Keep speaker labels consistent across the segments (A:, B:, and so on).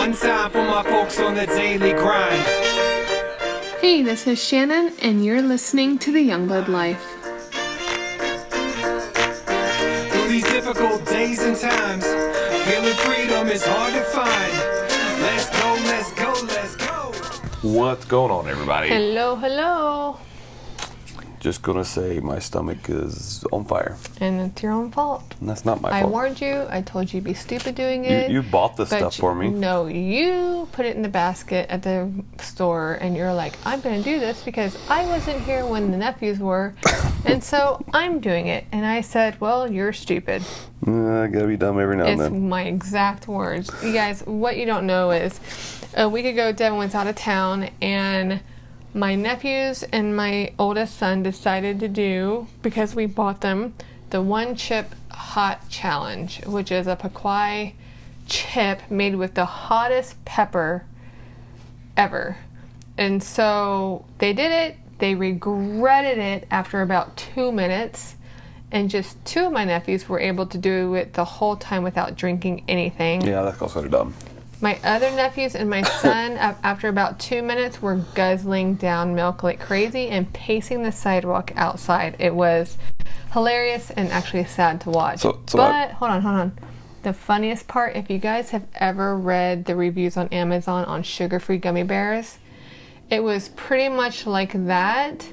A: one time for my folks on the daily grind.
B: Hey, this is Shannon, and you're listening to The Youngblood Life.
A: Through these difficult days and times, feeling freedom is hard to find. Let's go, let's go, let's go.
C: What's going on, everybody?
D: Hello, hello.
C: Just gonna say my stomach is on fire.
D: And it's your own fault.
C: And that's not my
D: I
C: fault.
D: warned you. I told you to be stupid doing
C: you,
D: it.
C: you bought the
D: but
C: stuff
D: you-
C: for me.
D: No, you put it in the basket at the store and you're like, I'm going to do this because I wasn't here when the nephews were. and so I'm doing it. And I said, Well, you're stupid.
C: Uh, I gotta be dumb every now and
D: It's
C: then.
D: my exact words. You guys, what you don't know is a week ago, Devin was out of town, and my nephews and my oldest son decided to do, because we bought them, the One Chip Hot Challenge, which is a Pequai chip made with the hottest pepper ever. And so they did it. They regretted it after about two minutes. And just two of my nephews were able to do it the whole time without drinking anything.
C: Yeah, that's also dumb.
D: My other nephews and my son, a- after about two minutes, were guzzling down milk like crazy and pacing the sidewalk outside. It was hilarious and actually sad to watch.
C: So- so
D: but
C: I-
D: hold on, hold on. The funniest part, if you guys have ever read the reviews on Amazon on sugar free gummy bears, it was pretty much like that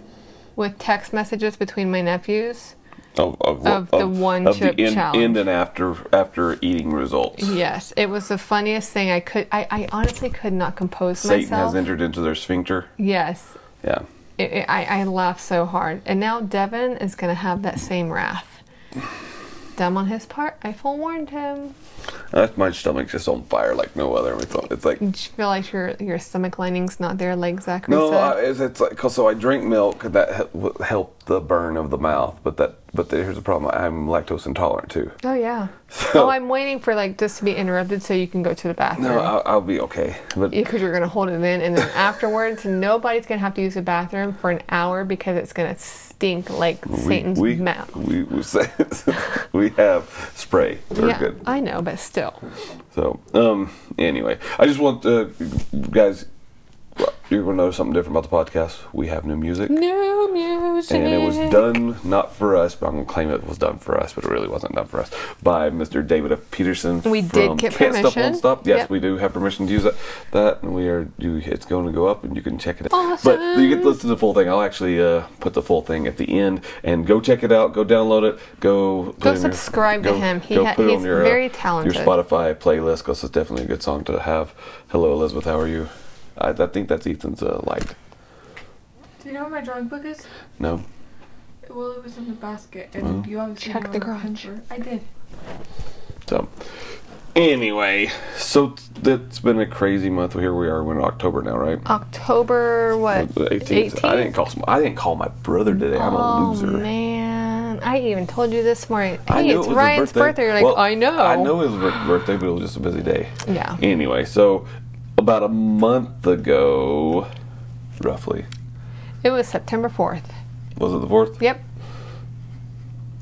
D: with text messages between my nephews.
C: Of, of,
D: Of the one
C: of
D: chip
C: the end,
D: challenge.
C: end and after after eating results.
D: Yes, it was the funniest thing I could. I, I honestly could not compose
C: Satan
D: myself.
C: has entered into their sphincter.
D: yes,
C: Yeah.
D: it, it, I, I laughed so hard. And now Devin is going to have that same wrath. Dumb on his part. I forewarned him.
C: That's my stomach's just on fire like no other. It's, it's like
D: Did you feel like your, your stomach lining's not there like Zachary
C: No,
D: said?
C: I, it's, it's like 'cause so I drink milk that he- will help the burn of the mouth, but that but the, here's the problem: I'm lactose intolerant too.
D: oh, yeah.
C: So-
D: oh, I'm waiting for like this to be interrupted so you can go to the bathroom.
C: No, I'll, I'll be okay. But
D: because you're going to hold it in, and then afterwards, nobody's going to have to use the bathroom for an hour because it's going to stink like Satan's
C: we,
D: mouth.
C: we we say- we have spray. We're
D: yeah,
C: good.
D: I know, but still.
C: So um, anyway, I just want uh, guys. You're gonna notice something different about the podcast. We have new music,
D: New music.
C: and it was done not for us, but I'm gonna claim it was done for us, but it really wasn't done for us by Mr. David F. Peterson.
D: We did
C: from
D: get
C: Can't Stop,
D: permission.
C: Won't Stop. Yes,
D: Yep.
C: we do have permission to use that, that, and we are. You, it's going to go up, and you can check it out. But
D: Awesome.
C: you get to listen to the full thing. I'll actually uh, put the full thing at the end, and go check it out. Go download it. Go put
D: Go
C: it in your-
D: subscribe to him. He ha-
C: put it
D: he's
C: on your, uh,
D: very
C: Your
D: talented.
C: Spotify playlist because it's definitely a good song to have. Hello, Elizabeth. How are you? I, I think that's Ethan's uh, light.
E: Do you know where my drawing book is?
C: No,
E: Well, it was in the basket, and you obviously
D: Check
E: know
D: the
E: where my
D: garage.
E: pens were. I did.
C: So, anyway, so that's been a crazy month. Here we are. We're in October now, right?
D: October what?
C: The 18th. I didn't call. Some, I didn't call my brother today. I'm a
D: oh
C: loser.
D: man, I even told you this morning.
C: I
D: Hey,
C: knew
D: it's
C: it was his
D: Ryan's birthday. You're like,
C: Well,
D: I know.
C: I know it was his birthday, but it was just a busy day.
D: Yeah.
C: Anyway, so about a month ago, roughly,
D: It was September fourth.
C: was it the fourth?
D: Yep.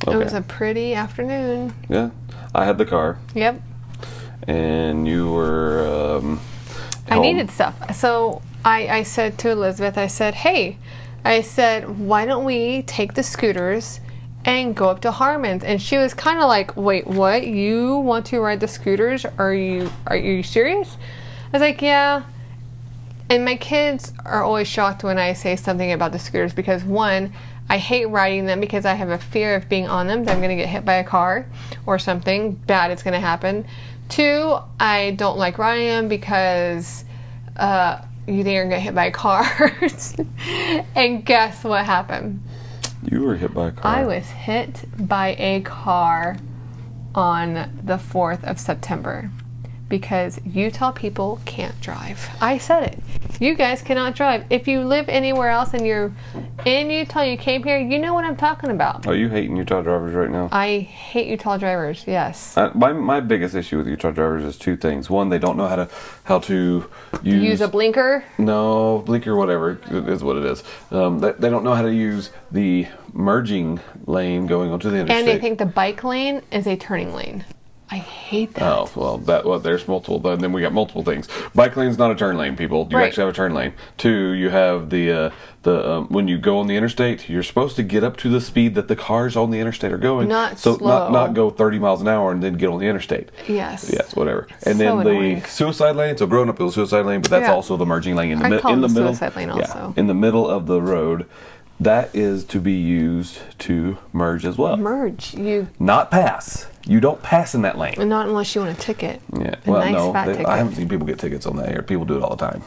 C: Okay.
D: It was a pretty afternoon.
C: yeah. I had the car,
D: Yep.
C: and you were. Um,
D: I
C: home.
D: needed stuff. So I, I said to Elizabeth, I said, hey, I said, why don't we take the scooters and go up to Harmon's? And she was kind of like, wait, what? You want to ride the scooters? Are you are you serious? I was like, yeah. And my kids are always shocked when I say something about the scooters because one, I hate riding them because I have a fear of being on them that I'm going to get hit by a car or something bad is going to happen. Two, I don't like riding them because uh, you think you're going to get hit by a car. and guess what happened?
C: You were hit by a car.
D: I was hit by a car on the 4th of September because Utah people can't drive. I said it. You guys cannot drive. If you live anywhere else and you're in Utah, you came here, you know what I'm talking about.
C: Are you hating Utah drivers right now?
D: I hate Utah drivers, yes.
C: Uh, my, my biggest issue with Utah drivers is two things. One, they don't know how to how to use,
D: Use a blinker.
C: no blinker, whatever it is what it is. Um, they, they don't know how to use the merging lane going onto the interstate.
D: And they think the bike lane is a turning lane. I hate that.
C: Oh well, that well, there's multiple. And then we got multiple things. Bike lane's not a turn lane, people. You
D: Right.
C: actually have a turn lane. Two, you have the uh, the um, when you go on the interstate, you're supposed to get up to the speed that the cars on the interstate are going.
D: Not
C: so
D: slow.
C: not not go 30 miles an hour and then get on the interstate.
D: Yes.
C: Yes, whatever. and then
D: so
C: the
D: annoying.
C: suicide lane. So growing up, it was suicide lane, but that's
D: Yeah.
C: also the merging lane in the
D: I
C: middle.
D: call
C: in
D: it
C: the
D: the
C: middle,
D: suicide lane
C: yeah,
D: also.
C: in the middle of the road, that is to be used to merge as well.
D: Merge. You
C: not pass. You don't pass in that lane.
D: not unless you want a ticket.
C: Yeah.
D: A
C: Well,
D: nice
C: no,
D: fat
C: they-
D: ticket.
C: I haven't seen people get tickets on that here. People do it all the time.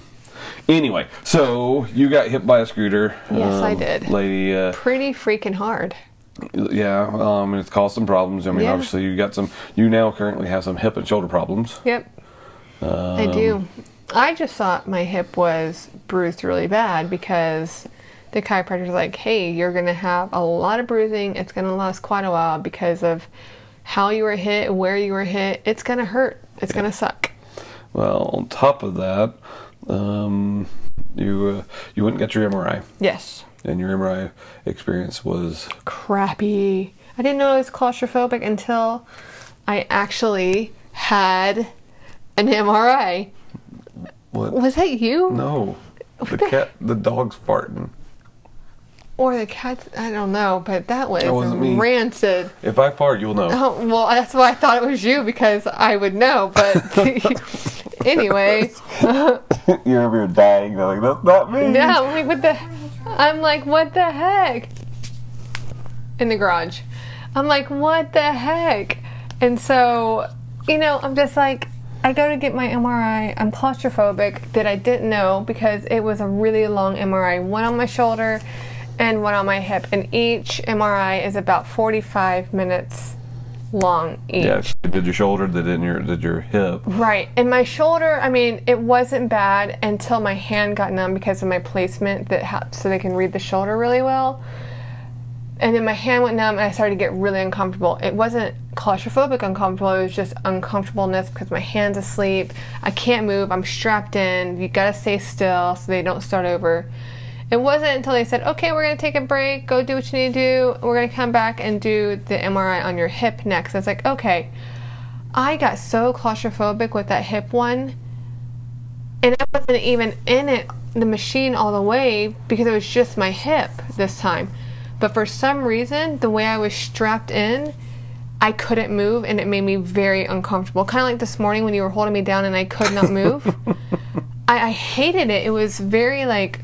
C: Anyway, so you got hit by a scooter.
D: Yes, I did.
C: Lady, uh,
D: Pretty freaking hard.
C: yeah, um, it's caused some problems. I mean,
D: Yeah.
C: obviously, you got some. You now currently have some hip and shoulder problems.
D: Yep. I
C: Um,
D: do. I just thought my hip was bruised really bad because the chiropractor's like, hey, you're going to have a lot of bruising. It's going to last quite a while because of how you were hit, where you were hit. It's going to hurt. It's going to suck.
C: Well, on top of that, um, you uh, you went and got your MRI,
D: Yes.
C: and your MRI experience was
D: Crappy. I didn't know it was claustrophobic until I actually had an MRI.
C: what?
D: Was that you?
C: No, the cat, the dog's farting.
D: Or the cats? I don't know, but that was
C: That wasn't me.
D: rancid.
C: If I fart, you'll know.
D: Oh, well, that's why I thought it was you because I would know. But anyway,
C: You're over here dying. They're like, that's not me.
D: yeah, I'm like, what the? I'm like, what the heck? In the garage, I'm like, what the heck? And so, you know, I'm just like, I go to get my MRI. I'm claustrophobic that I didn't know because it was a really long MRI, one on my shoulder and one on my hip, and each MRI is about 45 minutes long each.
C: Yeah, she did your shoulder, they did your did your hip.
D: Right. And my shoulder, I mean, it wasn't bad until my hand got numb because of my placement that ha- so they can read the shoulder really well. And then my hand went numb and I started to get really uncomfortable. It wasn't claustrophobic uncomfortable, it was just uncomfortableness because my hand's asleep. I can't move, I'm strapped in. You gotta stay still so they don't start over. It wasn't until they said, okay, we're gonna take a break, go do what you need to do, we're gonna come back and do the MRI on your hip next. I was like, okay. I got so claustrophobic with that hip one, and I wasn't even in it the machine all the way because it was just my hip this time. But for some reason, the way I was strapped in, I couldn't move, and it made me very uncomfortable. Kind of like this morning when you were holding me down and I could not move. I, I hated it. It was very like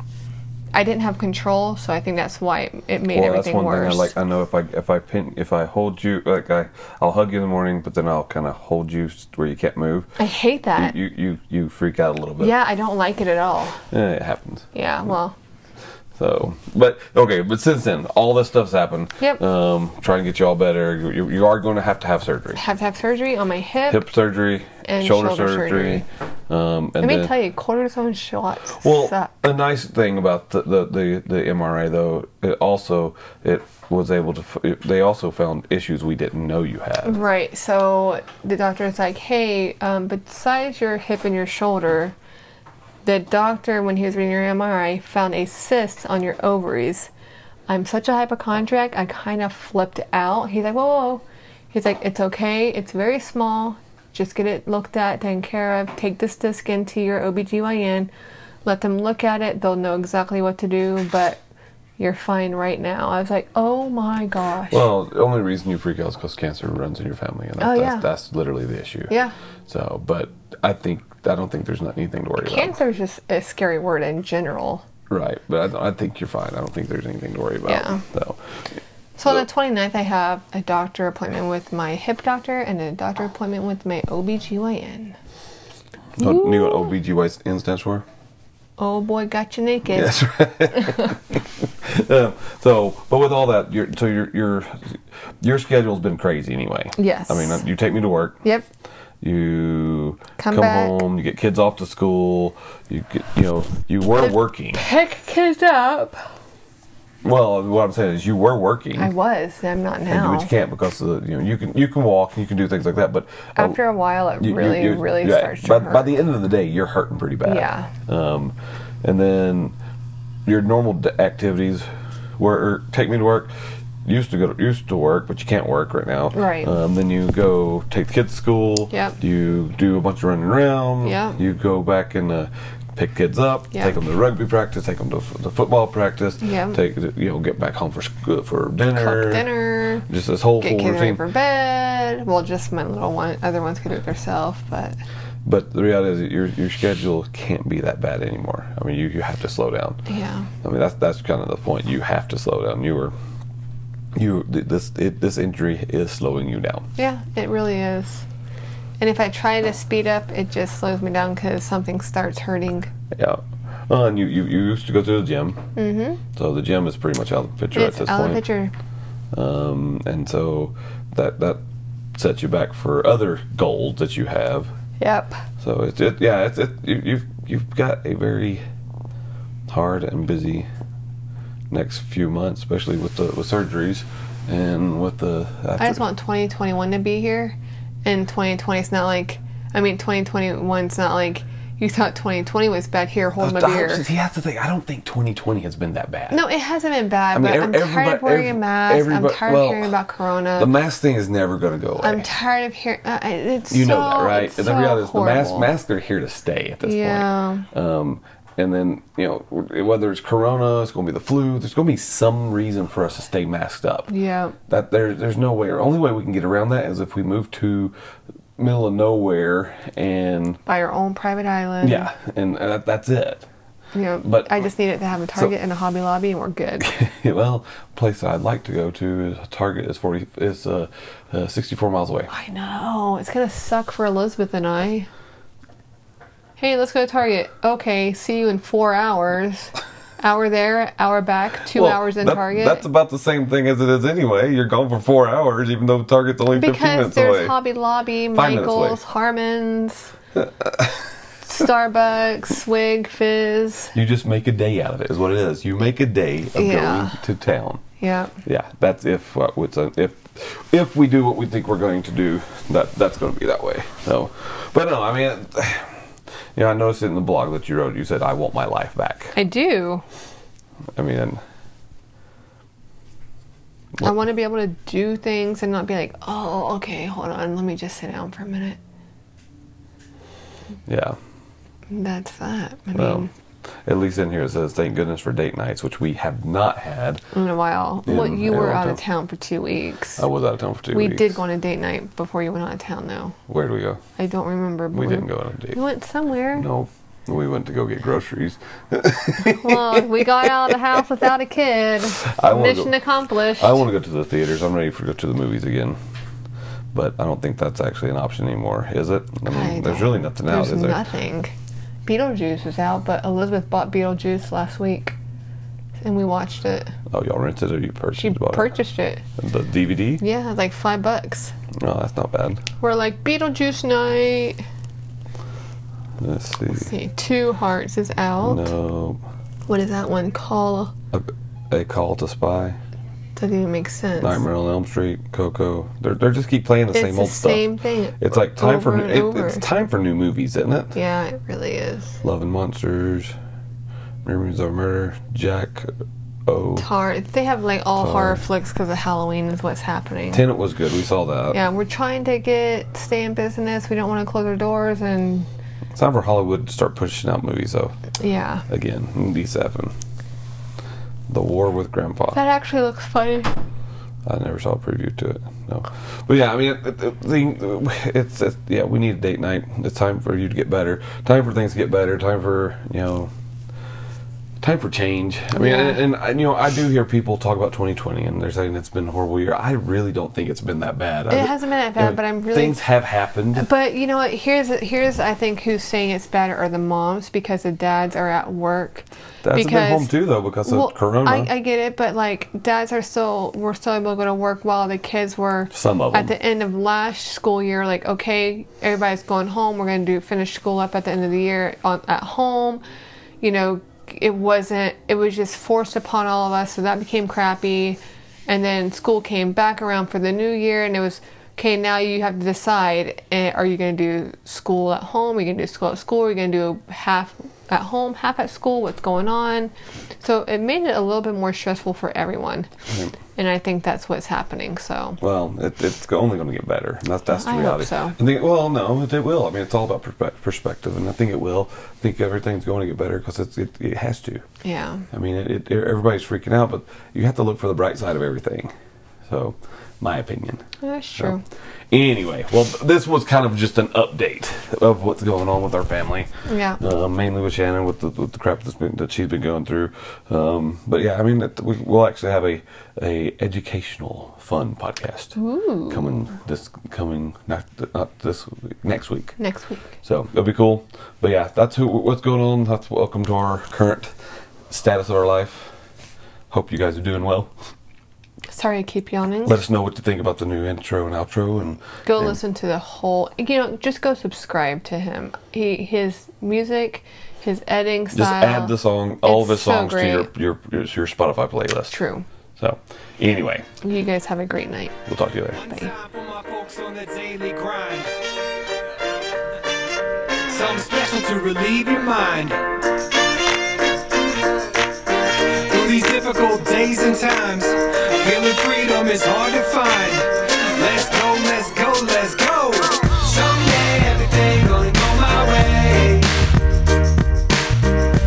D: I didn't have control, so I think that's why it, it made
C: Well, that's
D: everything
C: one
D: worse.
C: thing I like. I know if I if I pin if I hold you like I I'll hug you in the morning, but then I'll kind of hold you where you can't move.
D: I hate that.
C: You you you freak out a little bit.
D: Uh, yeah, I don't like it at all.
C: Eh, it happens.
D: Yeah, well.
C: So, but okay, but since then, all this stuff's happened.
D: Yep.
C: Um, trying to get you all better. You- You, you are going to have to have surgery.
D: have to have surgery on my hip.
C: Hip surgery,
D: And
C: shoulder,
D: shoulder
C: surgery. Um, and
D: Let me
C: then,
D: tell you, cortisone shots
C: Well,
D: suck.
C: a nice thing about the, the, the, the MRI though, it also it was able to. f- It, they also found issues we didn't know you had.
D: Right. So the doctor's like, "Hey, um, besides your hip and your shoulder, the doctor, when he was reading your MRI, found a cyst on your ovaries." I'm such a hypochondriac. I kind of flipped out. He's like, "Whoa, whoa, whoa." He's like, "It's okay. It's very small. Just get it looked at, taken care of. Take this disc into your OBGYN. Let them look at it. They'll know exactly what to do, but you're fine right now." I was like, "Oh my gosh."
C: Well, the only reason you freak out is because cancer runs in your family, and that,
D: Oh,
C: that's,
D: yeah.
C: that's literally the issue.
D: Yeah.
C: So, but I think I don't think there's not anything to worry about.
D: Cancer is just a scary word in general.
C: Right, but I, don't- I think you're fine. I don't think there's anything to worry about.
D: Yeah.
C: So,
D: So on the 29th, I have a doctor appointment with my hip doctor and a doctor appointment with my OBGYN.
C: do you know what OBGYN stands for?
D: Oh boy, got you naked.
C: That's right. um, so, but with all that, your so your your your schedule's been crazy anyway.
D: Yes.
C: I mean, you take me to work.
D: Yep.
C: You
D: Come
C: come,
D: back.
C: home. You get kids off to school. You get you know you were working.
D: Pick kids up.
C: Well, what I'm saying is you were working.
D: I was. I'm not
C: and you-
D: now.
C: but you can't because of the, you know you can you can walk. You can do things like that. But uh,
D: After a while, it
C: you- you-
D: really,
C: you-
D: really
C: yeah,
D: starts to
C: by,
D: hurt.
C: by the end of the day, you're hurting pretty bad.
D: Yeah.
C: Um, and then your normal d- activities were er, take me to work, used to go to, used to work, but you can't work right now.
D: Right.
C: Um, then you go take the kids to school.
D: Yep.
C: You do a bunch of running around.
D: Yep.
C: You go back and uh, pick kids up.
D: Yep.
C: Take them to rugby practice. Take them to f- the football practice.
D: Yep.
C: Take you know get back home for sc- for dinner.
D: cook dinner,
C: Just this whole
D: get
C: full
D: kids ready
C: routine.
D: for bed. Well, just my little one. Other ones could do it themselves, but
C: But the reality is that your your schedule can't be that bad anymore. I mean, you, you have to slow down.
D: yeah,
C: I mean, that's that's kind of the point. You have to slow down. You were, you th- this it, this injury is slowing you down.
D: yeah, it really is. And if I try to speed up, it just slows me down because something starts hurting.
C: Yeah. Well, and you, you, you used to go to the gym. Mm-hmm. So the gym is pretty much out of the picture
D: It's
C: at this
D: out of
C: point.
D: the picture.
C: Um, and so that that sets you back for other goals that you have.
D: Yep.
C: So it's it, yeah, it's it, you, you've you've got a very hard and busy next few months, especially with the with surgeries and with the. After,
D: I just want 2021 to be here, and 2020 is not like. I mean, 2021 is not like you thought 2020 was bad. Here, hold my
C: I- I-
D: beer.
C: See, that's the thing. I don't think 2020 has been that bad.
D: No, it hasn't been bad, but
C: ev-
D: I'm tired
C: everybody-
D: of wearing
C: ev-
D: a mask. I'm
C: everybody-
D: tired
C: well,
D: of hearing about corona.
C: The mask thing is never going to go away.
D: um, I'm tired of hearing. Uh, I- it's
C: you know
D: so-
C: that, right?
D: It's
C: And
D: so
C: the reality is, the mas-
D: horrible.
C: masks are here to stay at this
D: Yeah.
C: point. Um, and then you know w- whether it's corona, it's going to be the flu. There's going to be some reason for us to stay masked up.
D: Yeah.
C: That there, there's no way. Or only way we can get around that is if we move to middle of nowhere and
D: By your own private island.
C: yeah, and uh, that, that's it.
D: You know,
C: But-
D: but I just need it to have a Target and a Hobby Lobby, and we're good.
C: well, place I'd like to go to is Target is forty is uh, uh 64 miles away.
D: I know it's gonna suck for Elizabeth and I. Hey, let's go to Target. Okay, see you in four hours. Hour there, hour back, two
C: Well,
D: hours in
C: that-
D: Target.
C: That's about the same thing as it is anyway. You're gone for four hours, even though Target's only 15
D: because
C: minutes
D: there's
C: away.
D: Hobby Lobby,
C: Five minutes away.
D: Michaels, Harmons, Starbucks, Swig, Fizz.
C: you just make a day out of it, is what it is. You make a day of
D: Yeah.
C: going to town.
D: Yeah.
C: Yeah, that's if uh, it's a, if if we do what we think we're going to do, that that's going to be that way. So, but no, I mean, you know, I noticed in the blog that you wrote, you said, "I want my life back."
D: I do.
C: I mean, and
D: I want to be able to do things and not be like, oh, okay, hold on, let me just sit down for a minute.
C: yeah.
D: That's that. I
C: Well,
D: mean,
C: at least in here it says, "Thank goodness for date nights," which we have not had.
D: in a while. well,
C: in
D: you
C: a
D: were
C: long
D: out of town
C: time.
D: for two weeks.
C: I was out of town for two
D: we
C: weeks.
D: did go on a date night before you went out of town, though.
C: Where did we go?
D: I don't remember. But
C: We didn't go on a date.
D: We went somewhere.
C: No, we went to go get groceries.
D: Well, we got out of the house without a kid.
C: I wanna
D: Mission
C: go-
D: accomplished.
C: I want to go to the theaters. I'm ready for go to the movies again, but I don't think that's actually an option anymore, is it? I mean,
D: I
C: there's
D: don't-
C: really nothing out,
D: There's
C: is there?
D: nothing. Beetlejuice was out, but Elizabeth bought Beetlejuice last week, and we watched it.
C: Oh, y'all rented it? Or you purchased?
D: She
C: bought it?
D: purchased it.
C: the DVD.
D: Yeah, like five bucks.
C: No, that's not bad.
D: We're like Beetlejuice night.
C: Let's see.
D: Let's see, Two Hearts is out.
C: No,
D: What is that one? Call.
C: a, a Call to Spy,
D: Doesn't even make sense.
C: Nightmare on Elm Street, Coco. They're they are just keep playing the
D: It's
C: same
D: the
C: old
D: same
C: stuff.
D: thing.
C: It's like time for
D: over
C: new-
D: and
C: it,
D: over.
C: it's time for new movies, isn't it?
D: Yeah, it really is.
C: Love and Monsters, Memories of Murder, Jack O.
D: Tar. They have like all
C: Tar.
D: horror flicks because of Halloween is what's happening.
C: Tenant was good. We saw that.
D: Yeah, we're trying to get stay in business. We don't want to close our doors and
C: It's time for Hollywood to start pushing out movies, though.
D: yeah.
C: Again, movies happen. The War with Grandpa.
D: That actually looks funny.
C: I never saw a preview to it. No, but yeah, I mean, it, it, it- the- it's, it's yeah, we need a date night. It's time for you to get better. Time for things to get better. Time for you know. Time for change. I mean,
D: Yeah.
C: and, and you know, I do hear people talk about 2020, and they're saying it's been a horrible year. I really don't think it's been that bad. I-
D: It hasn't been that bad, but I'm really.
C: things have happened.
D: But you know what? Here's here's I think who's saying it's bad are the moms because the dads are at work.
C: That's
D: because,
C: been home too, though, because of
D: Well,
C: Corona.
D: I, I get it, but like dads are still were still able to go to work while the kids were
C: Some of
D: at
C: them.
D: the end of last school year. Like okay, everybody's going home. We're gonna do finish school up at the end of the year on, at home. You know, it wasn't. It was just forced upon all of us, so that became crappy. And then school came back around for the new year, and it was okay. Now you have to decide: eh, Are you gonna do school at home? Are you gonna do school at school? Are you gonna do half at home, half at school? What's going on? So it made it a little bit more stressful for everyone. and I think that's what's happening. So
C: Well, it, it's only going to get better. And that's that's the
D: I hope
C: reality.
D: so.
C: I think, well, no, it, it will. I mean, it's all about perspe- perspective, and I think it will. I think everything's going to get better because it, it it has to.
D: yeah,
C: I mean, it, it, everybody's freaking out, but you have to look for the bright side of everything. So, my opinion.
D: that's
C: So,
D: true.
C: anyway, well, this was kind of just an update of what's going on with our family.
D: Yeah.
C: Uh, mainly with Shannon, with the, with the crap that's been, that she's been going through. Um, but yeah, I mean, that we, we'll actually have a, a educational, fun podcast
D: Ooh.
C: coming this coming not not this week, next week.
D: Next week.
C: So it'll be cool. But yeah, that's who what's going on. That's welcome to our current status of our life. Hope you guys are doing well.
D: Sorry, I keep yawning.
C: Let us know what you think about the new intro and outro, and
D: go
C: and-
D: listen to the whole. You know, just go subscribe to him. He his music, his editing
C: Just
D: style.
C: add the song, all
D: It's
C: of his
D: so
C: songs to your,
D: great.
C: your your your Spotify playlist.
D: True.
C: So, anyway,
D: You guys have a great night.
C: we'll talk to you later.
A: One time for my folks on the daily grind. Something special to relieve your mind. Through these difficult days and times, feeling freedom is hard to find. Let's go, let's go, let's go. Someday everything gonna go my way.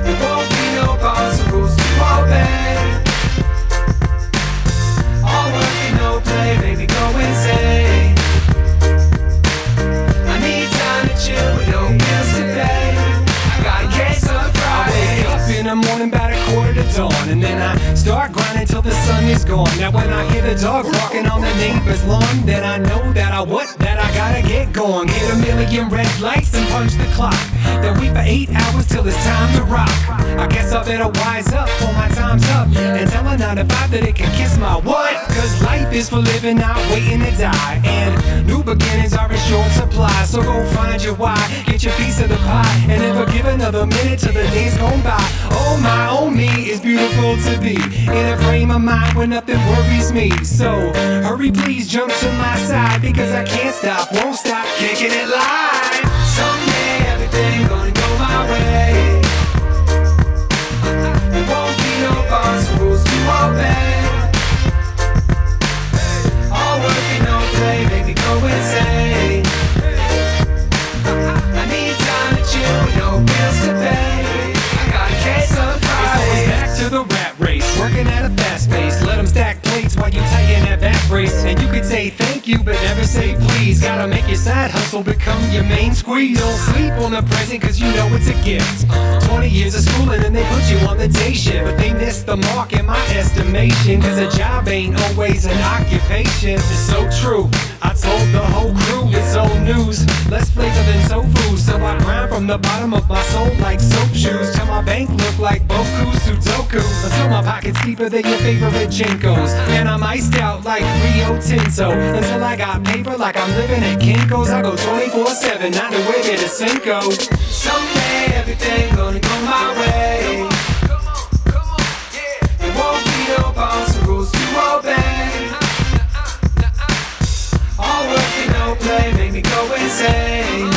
A: There won't be no boss or rules to obey. All work and no play, baby, go insane. I need time to chill with no bills to pay. I got a case of Friday. I wake up in the morning about a quarter to dawn, and then I start grinding till the sun is gone. Now when I hear the dog barking on the neighbor's lawn, then I know that I what that I gotta get going. Hit a million red lights and punch the clock. Then we for eight hours till it's time to rock. I guess I better wise up for my time's up and tell her not to five that it can kiss my what? Cause life is for living, not waiting to die. And new beginnings are in short supply. So go find your why, get your piece of the pie, and never give another minute till the days gone by. Oh my, oh me, it's beautiful to be in a frame of mind where nothing worries me. So hurry, please jump to my side because I can't stop, won't stop kicking it live. Someday everything gonna go my way. There won't be no boss rules to obey. All work and no play make me go insane. I need time to chill with no bills to pay. I got a case of Fridays. It's always back to the rat race, working at a fast pace. Let 'em stack plates while you tighten that back brace. And you could say thank you, but never say please. Gotta make your side hustle become your main squeeze. Don't sleep on the present, cause you know it's a gift. 20 years of school and then they put you on the day shift. But they missed the mark in my estimation. Cause a job ain't always an occupation. It's so true. I told the whole crew it's old news. Less flavor than tofu. So I grind from the bottom of my soul like soap shoes. Till my bank look like Boku Sudoku. Until my pockets deeper than your favorite Jinkos. And I'm iced out like Rio Tinto. Until I got paper like I'm living at Kinko's. I go 24 7, not the way to Cinco. Someday everything gonna go my way. There won't be no boss or rules to obey. All work and no play make me go insane.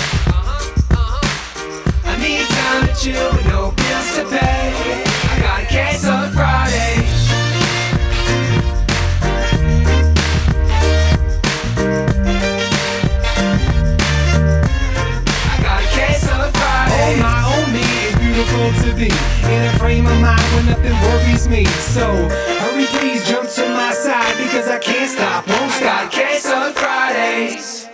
A: I need time to chill with no bills to pay. I got a case on Friday. I got a case on Friday. Oh my, oh me, it's beautiful to be in a frame of mind when nothing worries me. So hurry, please jump to my side because I can't stop, won't stop. I got a case on Fridays.